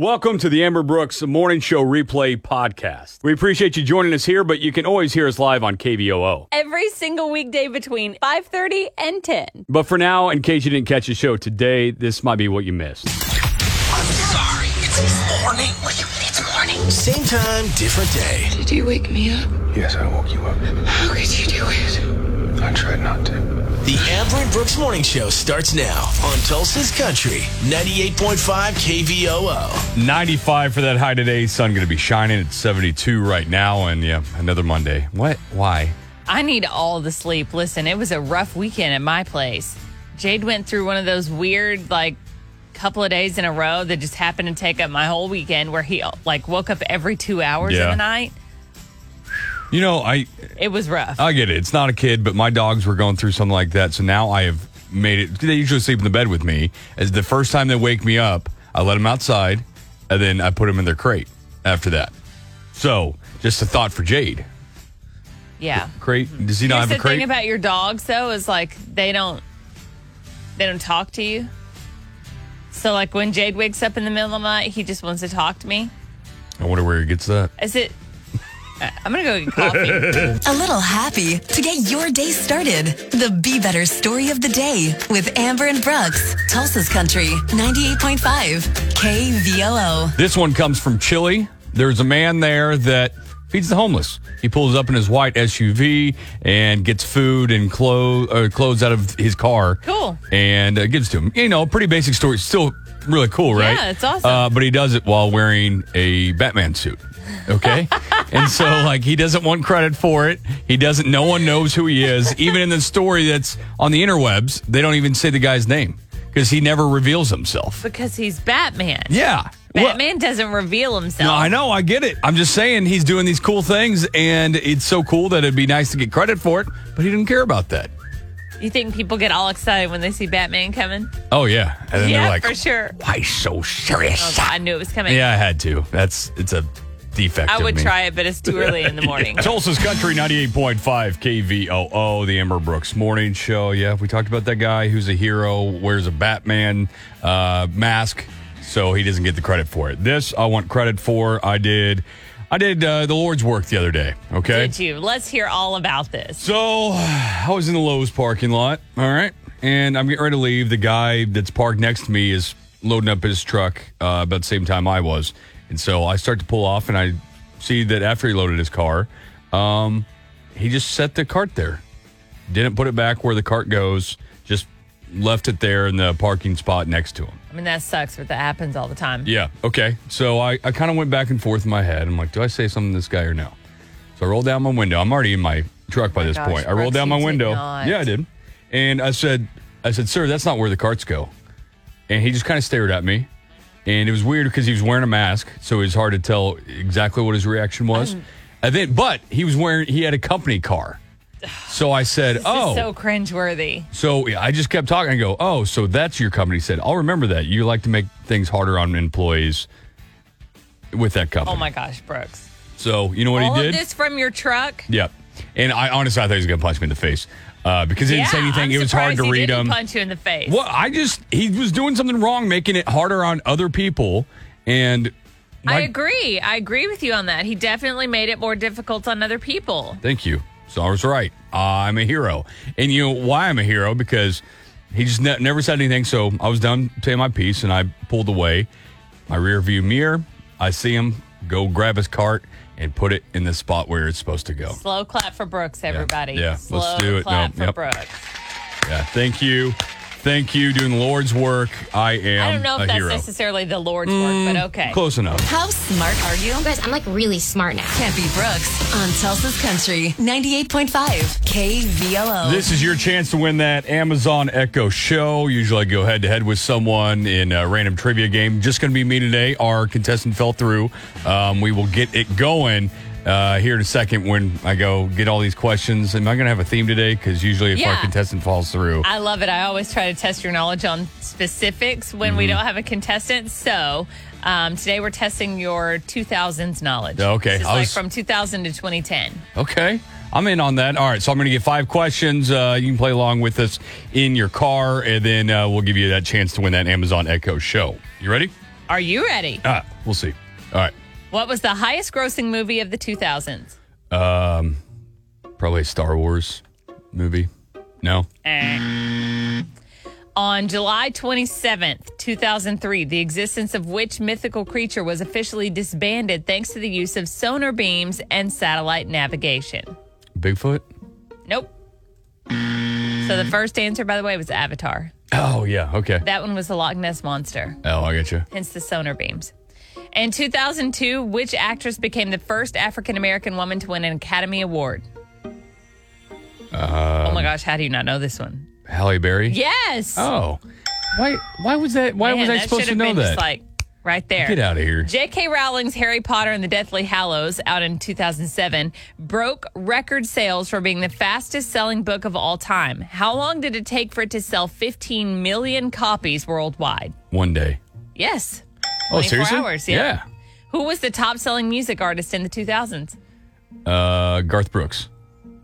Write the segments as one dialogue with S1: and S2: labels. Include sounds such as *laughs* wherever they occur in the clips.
S1: Welcome to the Amber Brooks Morning Show Replay Podcast. We appreciate you joining us here, but you can always hear us live on KVOO.
S2: every single weekday between 5.30 and 10
S1: But for now, in case you didn't catch the show today, this might be what you missed.
S3: I'm sorry. It's morning.
S4: Will you? It's morning.
S3: Same time, different day.
S4: Did you wake me up?
S5: Yes, I woke you up.
S4: How could you do it?
S5: I tried not to.
S3: The Amber and Brooks Morning Show starts now on Tulsa's Country, 98.5 KVOO.
S1: 95 for that high today. Sun going to be shining. It's 72 right now, and yeah, another Monday. What? Why?
S6: I need all the sleep. Listen, it was a rough weekend at my place. Jade went through one of those weird, like, couple of days in a row that just happened to take up my whole weekend where he, like, woke up every two hours
S1: Yeah.
S6: in the night.
S1: You know, I
S6: It was rough.
S1: I get it. It's not a kid, but my dogs were going through something like that. So now I have made it. They usually sleep in the bed with me. As the first time they wake me up, I let them outside, and then I put them in their crate. After that, so just a thought for Jade.
S6: yeah.
S1: Crate? Does he not
S6: Here's
S1: have
S6: the
S1: a crate?
S6: thing about your dogs, though, is, like, they don't, they don't talk to you. So, like, when Jade wakes up in the middle of the night, he just wants to talk to me.
S1: I wonder where he gets that.
S6: Is it... I- I'm going to go get coffee.
S7: A little happy to get your day started. The Be Better Story of the Day with Amber and Brooks, Tulsa's Country, 98.5, KVOO.
S1: This one comes from Chile. There's a man there that feeds the homeless. He pulls up in his white SUV and gets food and clothes uh, clothes out of his car.
S6: Cool.
S1: And uh, gives to him. You know, pretty basic story. It's Still really cool, right?
S6: Yeah, it's awesome.
S1: Uh, but he does it while wearing a Batman suit.
S6: *laughs*
S1: Okay? and so like he doesn't want credit for it. He doesn't no one knows who he is. Even in the story that's on the interwebs, they don't even say the guy's name because he never reveals himself.
S6: Because he's Batman.
S1: Yeah. Well-
S6: Batman doesn't reveal himself.
S1: no, I know, I get it. I'm just saying he's doing these cool things, and it's so cool that it'd be nice to get credit for it, but he didn't care about that.
S6: You think people get all excited when they see Batman coming?
S1: Oh yeah, and then
S6: yeah,
S1: they're like,
S6: for sure. Oh,
S1: "Why so serious?"
S6: I knew it was coming.
S1: Yeah, I had to. That's it's a defect.
S6: I
S1: of
S6: would
S1: me.
S6: try it, but it's too early in the
S1: *laughs*
S6: morning.
S1: Tulsa's Country 98.5 KVOO, the Amber Brooks Morning Show. Yeah, we talked about that guy who's a hero, wears a Batman uh, mask, so he doesn't get the credit for it. This I want credit for. I did, I did uh, the Lord's work the other day. Okay,
S6: Did you? Let's hear all about this.
S1: So I was in the Lowe's parking lot, all right, and I'm getting ready to leave. The guy that's parked next to me is loading up his truck uh, about the same time I was, and so I start to pull off, and I see that after he loaded his car, um, he just set the cart there, didn't put it back where the cart goes, just left it there in the parking spot next to him.
S6: I mean, that sucks, but that happens all the time.
S1: Yeah. Okay. So I, I kind of went back and forth in my head. I'm like, do I say something to this guy or no? So I rolled down my window. I'm already in my truck by
S6: Oh my
S1: this
S6: gosh,
S1: point. I rolled
S6: Brooks,
S1: down my
S6: you did
S1: window.
S6: not.
S1: Yeah, I did. And I said, I said, sir, that's not where the carts go. And he just kind of stared at me. And it was weird because he was wearing a mask, so it was hard to tell exactly what his reaction was. and then, but he was wearing, he had a company car. So I said,
S6: This
S1: oh,
S6: is so cringeworthy.
S1: so yeah, I just kept talking. I go, oh, so that's your company. He said, I'll remember that. You like to make things harder on employees with that company.
S6: Oh my gosh, Brooks.
S1: So you know what
S6: all
S1: he
S6: of
S1: did?
S6: this from your truck?
S1: yep. And I honestly, I thought he was gonna punch me in the face uh, because he didn't say
S6: Yeah,
S1: anything.
S6: I'm
S1: it was hard
S6: surprised
S1: to
S6: he
S1: read
S6: didn't
S1: him.
S6: punch you in the face.
S1: Well, I just he was doing something wrong, making it harder on other people. And
S6: I
S1: my-
S6: agree. I agree with you on that. He definitely made it more difficult on other people.
S1: Thank you. So I was right. I'm a hero. And you know why I'm a hero? Because he just ne- never said anything. So I was done saying my piece and I pulled away my rear view mirror. I see him go grab his cart and put it in the spot where it's supposed to go.
S6: Slow clap for Brooks, everybody.
S1: yeah, let's
S6: Slow
S1: do it. No,
S6: clap for
S1: yep.
S6: Brooks.
S1: Yeah. Thank you. Thank you. Doing the Lord's work. I am
S6: I don't know if
S1: a
S6: that's
S1: hero. Mm,
S6: necessarily the Lord's work, but okay.
S1: Close enough.
S7: How smart are you?
S8: guys, I'm like really smart now.
S7: Can't be Brooks on Tulsa's Country, 98.5, KVOO.
S1: This is your chance to win that Amazon Echo show. Usually I go head to head with someone in a random trivia game. Just going to be me today. Our contestant fell through. Um, we will get it going uh, here in a second when I go get all these questions. Am I going to have a theme today? Because usually if our
S6: Yeah.
S1: contestant falls through,
S6: I love it. I always try to test your knowledge on specifics when we
S1: Mm-hmm.
S6: don't have a contestant. So um, today we're testing your 2000s knowledge.
S1: Okay,
S6: This is
S1: I
S6: like
S1: was-
S6: from 2000 to 2010.
S1: Okay. I'm in on that. All right. So I'm going to get five questions. Uh, you can play along with us in your car, and then uh, we'll give you that chance to win that Amazon Echo show. You ready?
S6: Are you ready?
S1: Ah, we'll see. All right.
S6: What was the highest grossing movie of the 2000s?
S1: Um, probably a Star Wars movie. No.
S6: On July 27th, 2003, the existence of which mythical creature was officially disbanded thanks to the use of sonar beams and satellite navigation?
S1: Bigfoot?
S6: Nope. So the first answer, by the way, was Avatar.
S1: Oh, yeah. Okay.
S6: That one was the Loch Ness Monster,
S1: Oh, I get you.
S6: hence the sonar beams. In 2002, which actress became the first African American woman to win an Academy Award? oh my gosh, how do you not know this one?
S1: Halle Berry?
S6: Yes!
S1: Oh. Why Why was that? Why
S6: Man,
S1: was I
S6: that
S1: supposed to
S6: should have
S1: know
S6: been
S1: that?
S6: Just like right there.
S1: Get out of here.
S6: J.K. Rowling's Harry Potter and the Deathly Hallows, out in 2007, broke record sales for being the fastest selling book of all time. How long did it take for it to sell 15 million copies worldwide?
S1: One day.
S6: Yes.
S1: Oh,
S6: 24
S1: seriously?
S6: hours, yeah. Who was the top selling music artist in the 2000s?
S1: Yeah. Uh, Garth Brooks.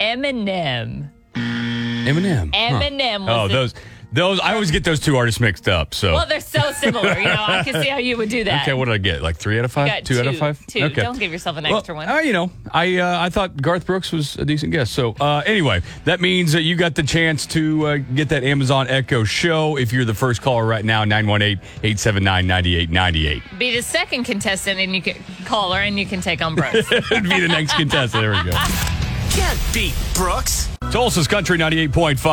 S6: Eminem.
S1: Eminem. Huh.
S6: Eminem was
S1: Oh,
S6: the-
S1: those. Those I always get those two artists mixed up. So
S6: Well, they're so similar. You know, I can see how you would do that.
S1: okay, what did I get? Like three out of five?
S6: got
S1: two, out of
S6: two-
S1: five?
S6: two.
S1: Okay.
S6: Don't give yourself an
S1: Well,
S6: extra one.
S1: uh, you know, I uh, I thought Garth Brooks was a decent guest. So uh, anyway, that means that you got the chance to uh, get that Amazon Echo show if you're the first caller right now 918-879-9898.
S6: Be the second contestant and you can call her and you can take on Brooks.
S1: *laughs* It'd be the next contestant. There we go.
S3: Can't beat Brooks.
S1: Tulsa's Country 98.5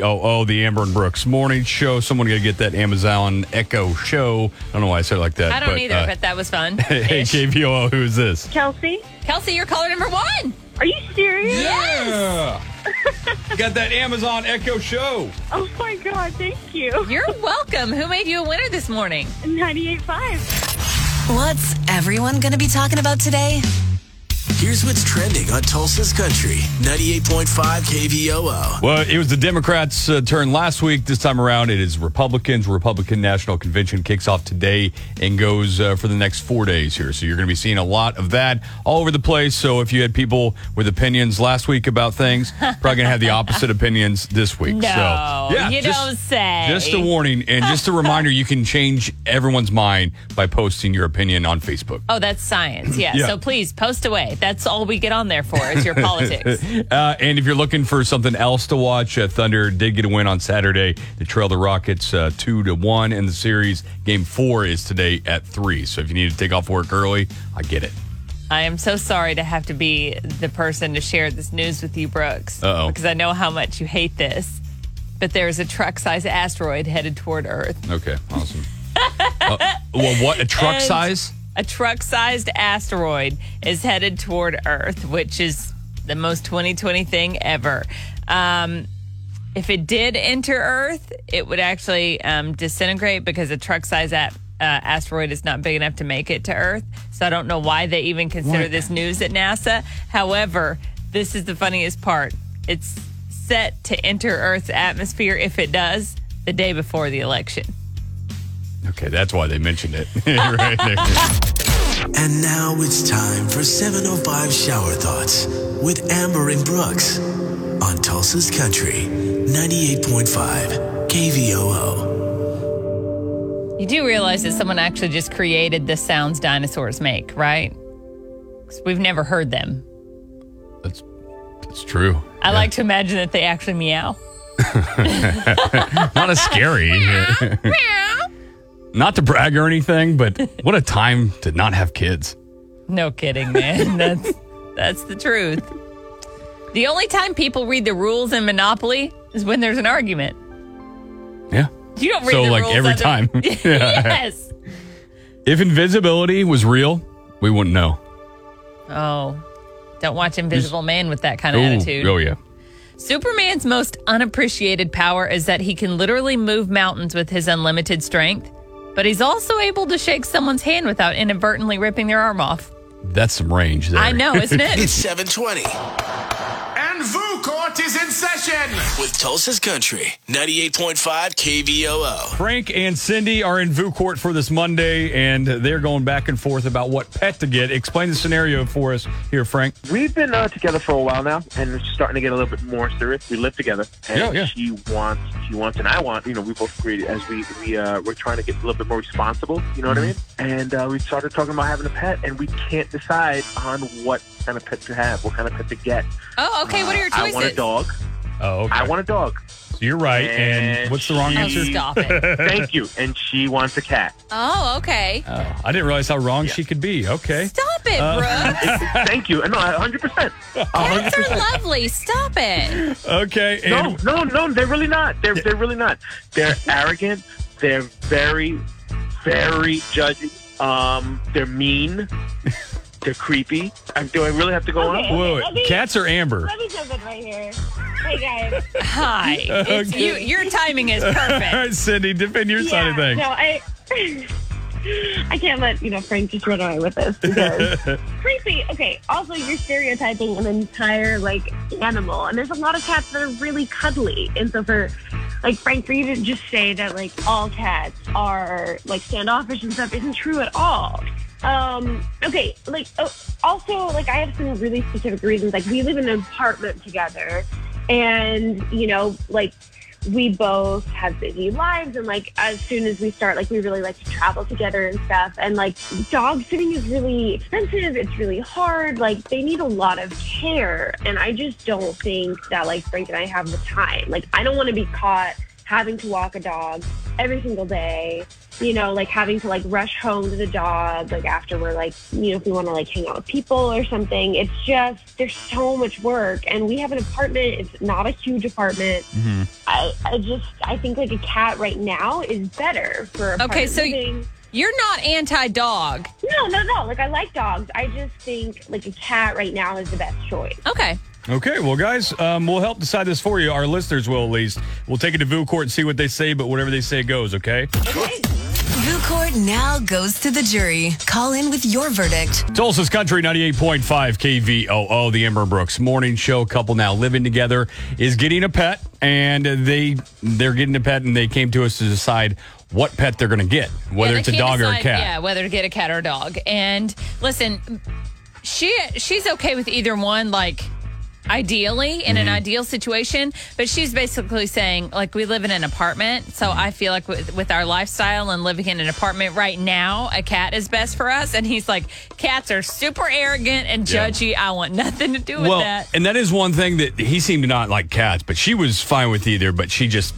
S1: KVOO, the Amber and Brooks Morning Show. Someone going to get that Amazon Echo show. I don't know why I said it like that.
S6: I don't either,
S1: uh,
S6: but that
S1: *laughs*
S6: was fun.
S1: hey,
S6: Ish.
S1: KVOO, who is this?
S8: Kelsey,
S6: Kelsey, you're caller number one.
S8: are you serious?
S1: Yeah. *laughs* got that Amazon Echo show.
S8: Oh my god, thank you.
S6: You're welcome. Who made you a winner this morning?
S8: 98.5.
S7: What's everyone going to be talking about today?
S3: Here's what's trending on Tulsa's Country 98.5 KVOO.
S1: Well, it was the Democrats' uh, turn last week. This time around, it is Republicans. Republican National Convention kicks off today and goes uh, for the next four days here. So you're going to be seeing a lot of that all over the place. So if you had people with opinions last week about things, probably going to have the opposite opinions this week.
S6: No,
S1: so,
S6: you don't say.
S1: Just a warning and just a reminder: you can change everyone's mind by posting your opinion on Facebook.
S6: Oh, that's science. Yeah.
S1: Yeah.
S6: So please post away. That's all we get on there for
S1: *laughs*
S6: is your politics.
S1: Uh, and if you're looking for something else to watch, uh, Thunder did get a win on Saturday. They trail the Rockets uh, two to one in the series. Game four is today at three. So if you need to take off work early, I get it.
S6: I am so sorry to have to be the person to share this news with you, Brooks.
S1: Uh-oh.
S6: Because I know how much you hate this. But there is a truck-sized asteroid headed toward Earth.
S1: Okay, awesome.
S6: *laughs*
S1: Uh, well, what a truck
S6: And-
S1: size?
S6: A truck-sized asteroid is headed toward Earth, which is the most 2020 thing ever. Um, if it did enter Earth, it would actually um, disintegrate because a truck-sized at, uh, asteroid is not big enough to make it to Earth. So I don't know why they even consider
S1: What?
S6: this news at NASA. However, this is the funniest part: it's set to enter Earth's atmosphere if it does the day before the election.
S1: Okay, that's why they mentioned it *laughs* right there.
S3: And now it's time for 705 Shower Thoughts with Amber and Brooks on Tulsa's Country 98.5 KVOO.
S6: You do realize that someone actually just created the sounds dinosaurs make, right? 'Cause we've never heard them.
S1: That's that's true.
S6: I like to imagine that they actually meow.
S1: Not as
S6: *laughs*
S1: scary. not to brag or anything, but what a time to not have kids.
S6: No kidding,
S1: *laughs*
S6: man. that's that's the truth. The only time people read the rules in Monopoly is when there's an argument.
S1: Yeah.
S6: You don't read
S1: So,
S6: the
S1: like,
S6: rules
S1: every
S6: under-
S1: time. *laughs*
S6: *laughs*
S1: Yeah.
S6: yes.
S1: If invisibility was real, we wouldn't know.
S6: Oh, don't watch Invisible Man with that kind of
S1: Ooh,
S6: attitude.
S1: Oh yeah.
S6: Superman's most unappreciated power is that he can literally move mountains with his unlimited strength, but he's also able to shake someone's hand without inadvertently ripping their arm off.
S1: *laughs* That's some range there.
S3: *laughs*
S6: I know, isn't it?
S3: It's 720.
S9: And VUCOR court is in session.
S3: With Tulsa's Country, 98.5 KVOO.
S1: Frank and Cindy are in VU court for this Monday, and they're going back and forth about what pet to get. Explain the scenario for us here, Frank.
S10: We've been uh, together for a while now, and it's starting to get a little bit more serious. We live together, and
S1: Yeah, yeah.
S10: she wants, she wants, and I want. You know, we both agreed as we we uh, we're trying to get a little bit more responsible. You know what I mean?
S1: Mm-hmm.
S10: And uh, we started talking about having a pet, and we can't decide on what kind of pet to have, what kind of pet to get.
S6: Oh, okay. What are your
S10: Uh,
S6: choices?
S10: I want a dog.
S1: Oh, okay.
S10: I want a dog.
S1: *laughs* You're right. And
S10: And
S1: what's the wrong
S10: she-
S6: Oh,
S1: answer?
S6: stop it.
S10: Thank you. And she wants a
S1: *laughs*
S10: cat.
S6: Oh, okay.
S1: Oh, I didn't realize how wrong she could be. Okay.
S6: Stop it, Brooks.
S10: Thank you. And no, 100. percent
S6: Cats are lovely. Stop it.
S1: Okay.
S10: No,
S1: And
S10: no, no, they're really not. They're they're really not. They're arrogant. They're very, very judgy. Um, they're mean. They're creepy. I, do I really have to go
S8: Okay.
S10: on?
S1: wait, wait, wait. cats are amber.
S8: Let me jump in right here. Hey guys.
S6: Hi. It's you, your timing is perfect.
S1: *laughs* All right, Cindy, defend your side of
S8: Yeah,
S1: things.
S8: No, I. I *laughs* can't let you know Frank just run away with this because
S1: *laughs*
S8: creepy. Okay, also you're stereotyping an entire like animal, and there's a lot of cats that are really cuddly, and so for like Frank, for you to just say that like all cats are like standoffish and stuff isn't true at all. Um, okay, like oh, also like I have some really specific reasons. Like we live in an apartment together, and you know like we both have busy lives and like as soon as we start like we really like to travel together and stuff and like dog sitting is really expensive it's really hard like they need a lot of care and i just don't think that like frank and i have the time like i don't want to be caught having to walk a dog every single day you know like having to like rush home to the dog like after we're like you know if we want to like hang out with people or something it's just there's so much work and we have an apartment it's not a huge apartment I, I just I think like a cat right now is better for
S6: Okay,
S8: apartment
S6: so y-
S8: living.
S6: You're not anti dog.
S8: no no no like I like dogs I just think like a cat right now is the best choice
S6: Okay.
S1: Okay, well, guys, um, we'll help decide this for you. Our listeners will, at least. We'll take it to VU court and see what they say, but whatever they say goes, okay?
S7: VuCourt now goes to the jury. Call in with your verdict.
S1: Tulsa's Country 98.5 KVOO, the Ember Brooks morning show couple now living together is getting a pet and they they're getting a pet and they came to us to decide what pet they're going to get, whether
S6: Yeah,
S1: it's
S6: they
S1: a
S6: can't
S1: dog or a
S6: decide,
S1: cat.
S6: Yeah, whether to get a cat or a dog. And listen, she she's okay with either one. Like ideally, in
S1: Mm-hmm.
S6: an ideal situation, but she's basically saying like we live in an apartment, so I feel like with, with our lifestyle and living in an apartment right now, a cat is best for us. And he's like, cats are super arrogant and
S1: Yeah.
S6: judgy. I want nothing to do with
S1: Well,
S6: that.
S1: and that is one thing that he seemed to not like cats, but she was fine with either, but she just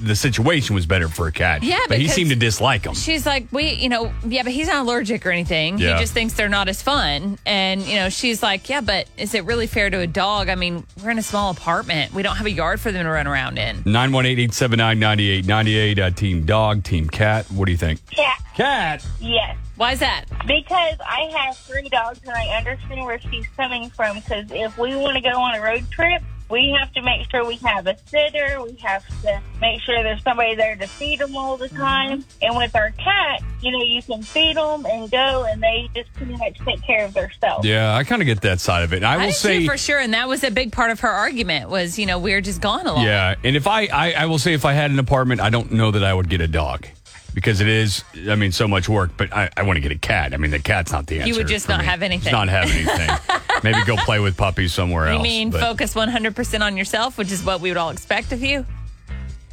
S1: the situation was better for a cat.
S6: Yeah,
S1: but he
S6: because
S1: seemed to dislike them.
S6: She's like, we, you know, yeah, but he's not allergic or anything.
S1: Yeah.
S6: He just thinks they're not as fun. And, you know, she's like, yeah, but is it really fair to a dog? I mean, we're in a small apartment. We don't have a yard for them to run around in.
S1: 918-879-9898 uh, team dog, team cat. What do you think?
S8: yeah
S1: Cat.
S8: yes
S6: Why is that?
S8: because I have three dogs and I understand where she's coming from because if we want to go on a road trip we have to make sure we have a sitter. We have to make sure there's somebody there to feed them all the time. And with our cat, you know, you can feed them and go, and they just pretty much take care of themselves.
S1: Yeah, I kind of get that side of it. And I,
S6: I
S1: will
S6: did
S1: say
S6: too, for sure. And that was a big part of her argument was, you know, we're just gone a lot.
S1: Yeah, and if I, I, I will say if I had an apartment, I don't know that I would get a dog because it is, I mean, so much work. But I, I want to get a cat. I mean, the cat's not the answer.
S6: would just
S1: for
S6: not
S1: me.
S6: have anything.
S1: Just not have anything.
S6: *laughs*
S1: Maybe go play with puppies somewhere
S6: You
S1: else.
S6: mean
S1: but-
S6: focus 100% on yourself, which is what we would all expect of you?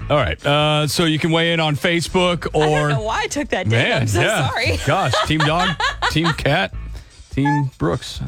S1: All right, uh, so you can weigh in on Facebook or
S2: I don't know why I took that day.
S1: man,
S2: I'm so
S1: yeah.
S2: sorry.
S1: Gosh, team
S6: *laughs*
S1: dog, team cat, team Brooks.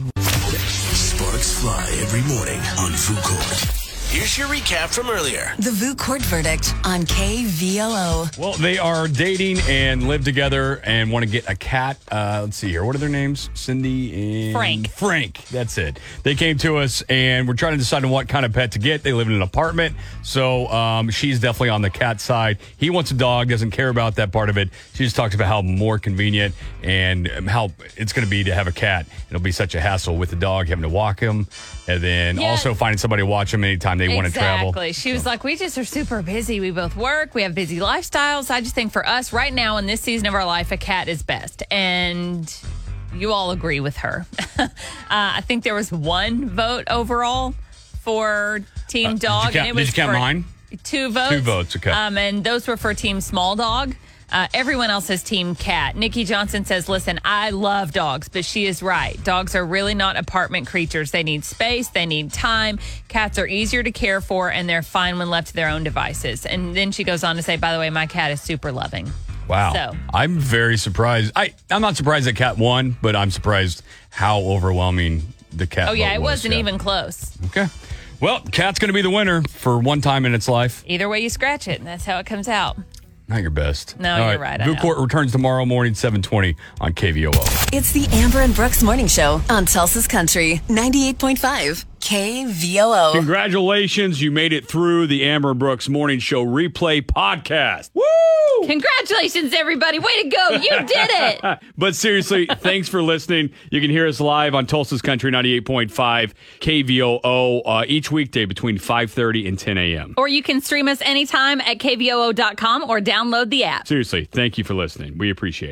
S3: Sparks fly every morning on VuCourt. Here's your recap from earlier.
S7: The VuCourt verdict on KVOO.
S1: Well, they are dating and live together and want to get a cat. Uh, let's see here. What are their names? Cindy and
S6: Frank.
S1: Frank. That's it. They came to us and we're trying to decide on what kind of pet to get. They live in an apartment, so um, she's definitely on the cat side. He wants a dog. Doesn't care about that part of it. She just talks about how more convenient and um, how it's going to be to have a cat. It'll be such a hassle with the dog having to walk him, and then
S6: Yeah.
S1: also finding somebody to watch him anytime they want to travel.
S6: Exactly. She was like, we just are super busy. We both work. We have busy lifestyles. I just think for us right now in this season of our life, a cat is best. And you all agree *laughs* with her. uh, I think there was one vote overall for Team
S1: Uh, did you
S6: Dog.
S1: count- did you count
S6: for
S1: mine?
S6: Two votes.
S1: Two votes, okay.
S6: Um, and those were for Team Small Dog. Uh, everyone else says Team Cat. Nikki Johnson says, listen, I love dogs, but she is right. Dogs are really not apartment creatures. They need space, they need time. Cats are easier to care for, and they're fine when left to their own devices. And then she goes on to say, by the way, my cat is super loving.
S1: Wow.
S6: So-
S1: I'm very surprised. I, I'm not surprised that Cat won, but I'm surprised how overwhelming the Cat
S6: Oh, yeah,
S1: vote
S6: it
S1: was,
S6: wasn't
S1: yeah.
S6: even close.
S1: Okay. Well, Cat's going to be the winner for one time in its life.
S6: Either way, you scratch it, and that's how it comes out.
S1: Not your best.
S6: No, you're right, I
S1: Blue
S6: know.
S1: Court returns tomorrow morning, 720 on KVOO.
S7: It's the Amber and Brooks Morning Show on Tulsa's Country 98.5 KVOO.
S1: Congratulations. You made it through the Amber Brooks Morning Show replay podcast. Woo!
S2: Congratulations, everybody. Way to go. You did it.
S6: *laughs*
S1: But seriously, thanks for listening. You can hear us live on Tulsa's Country 98.5 KVOO uh, each weekday between 5.30 and 10 a.m.
S2: Or you can stream us anytime at kvoo.com or download the app.
S1: Seriously, thank you for listening. We appreciate it.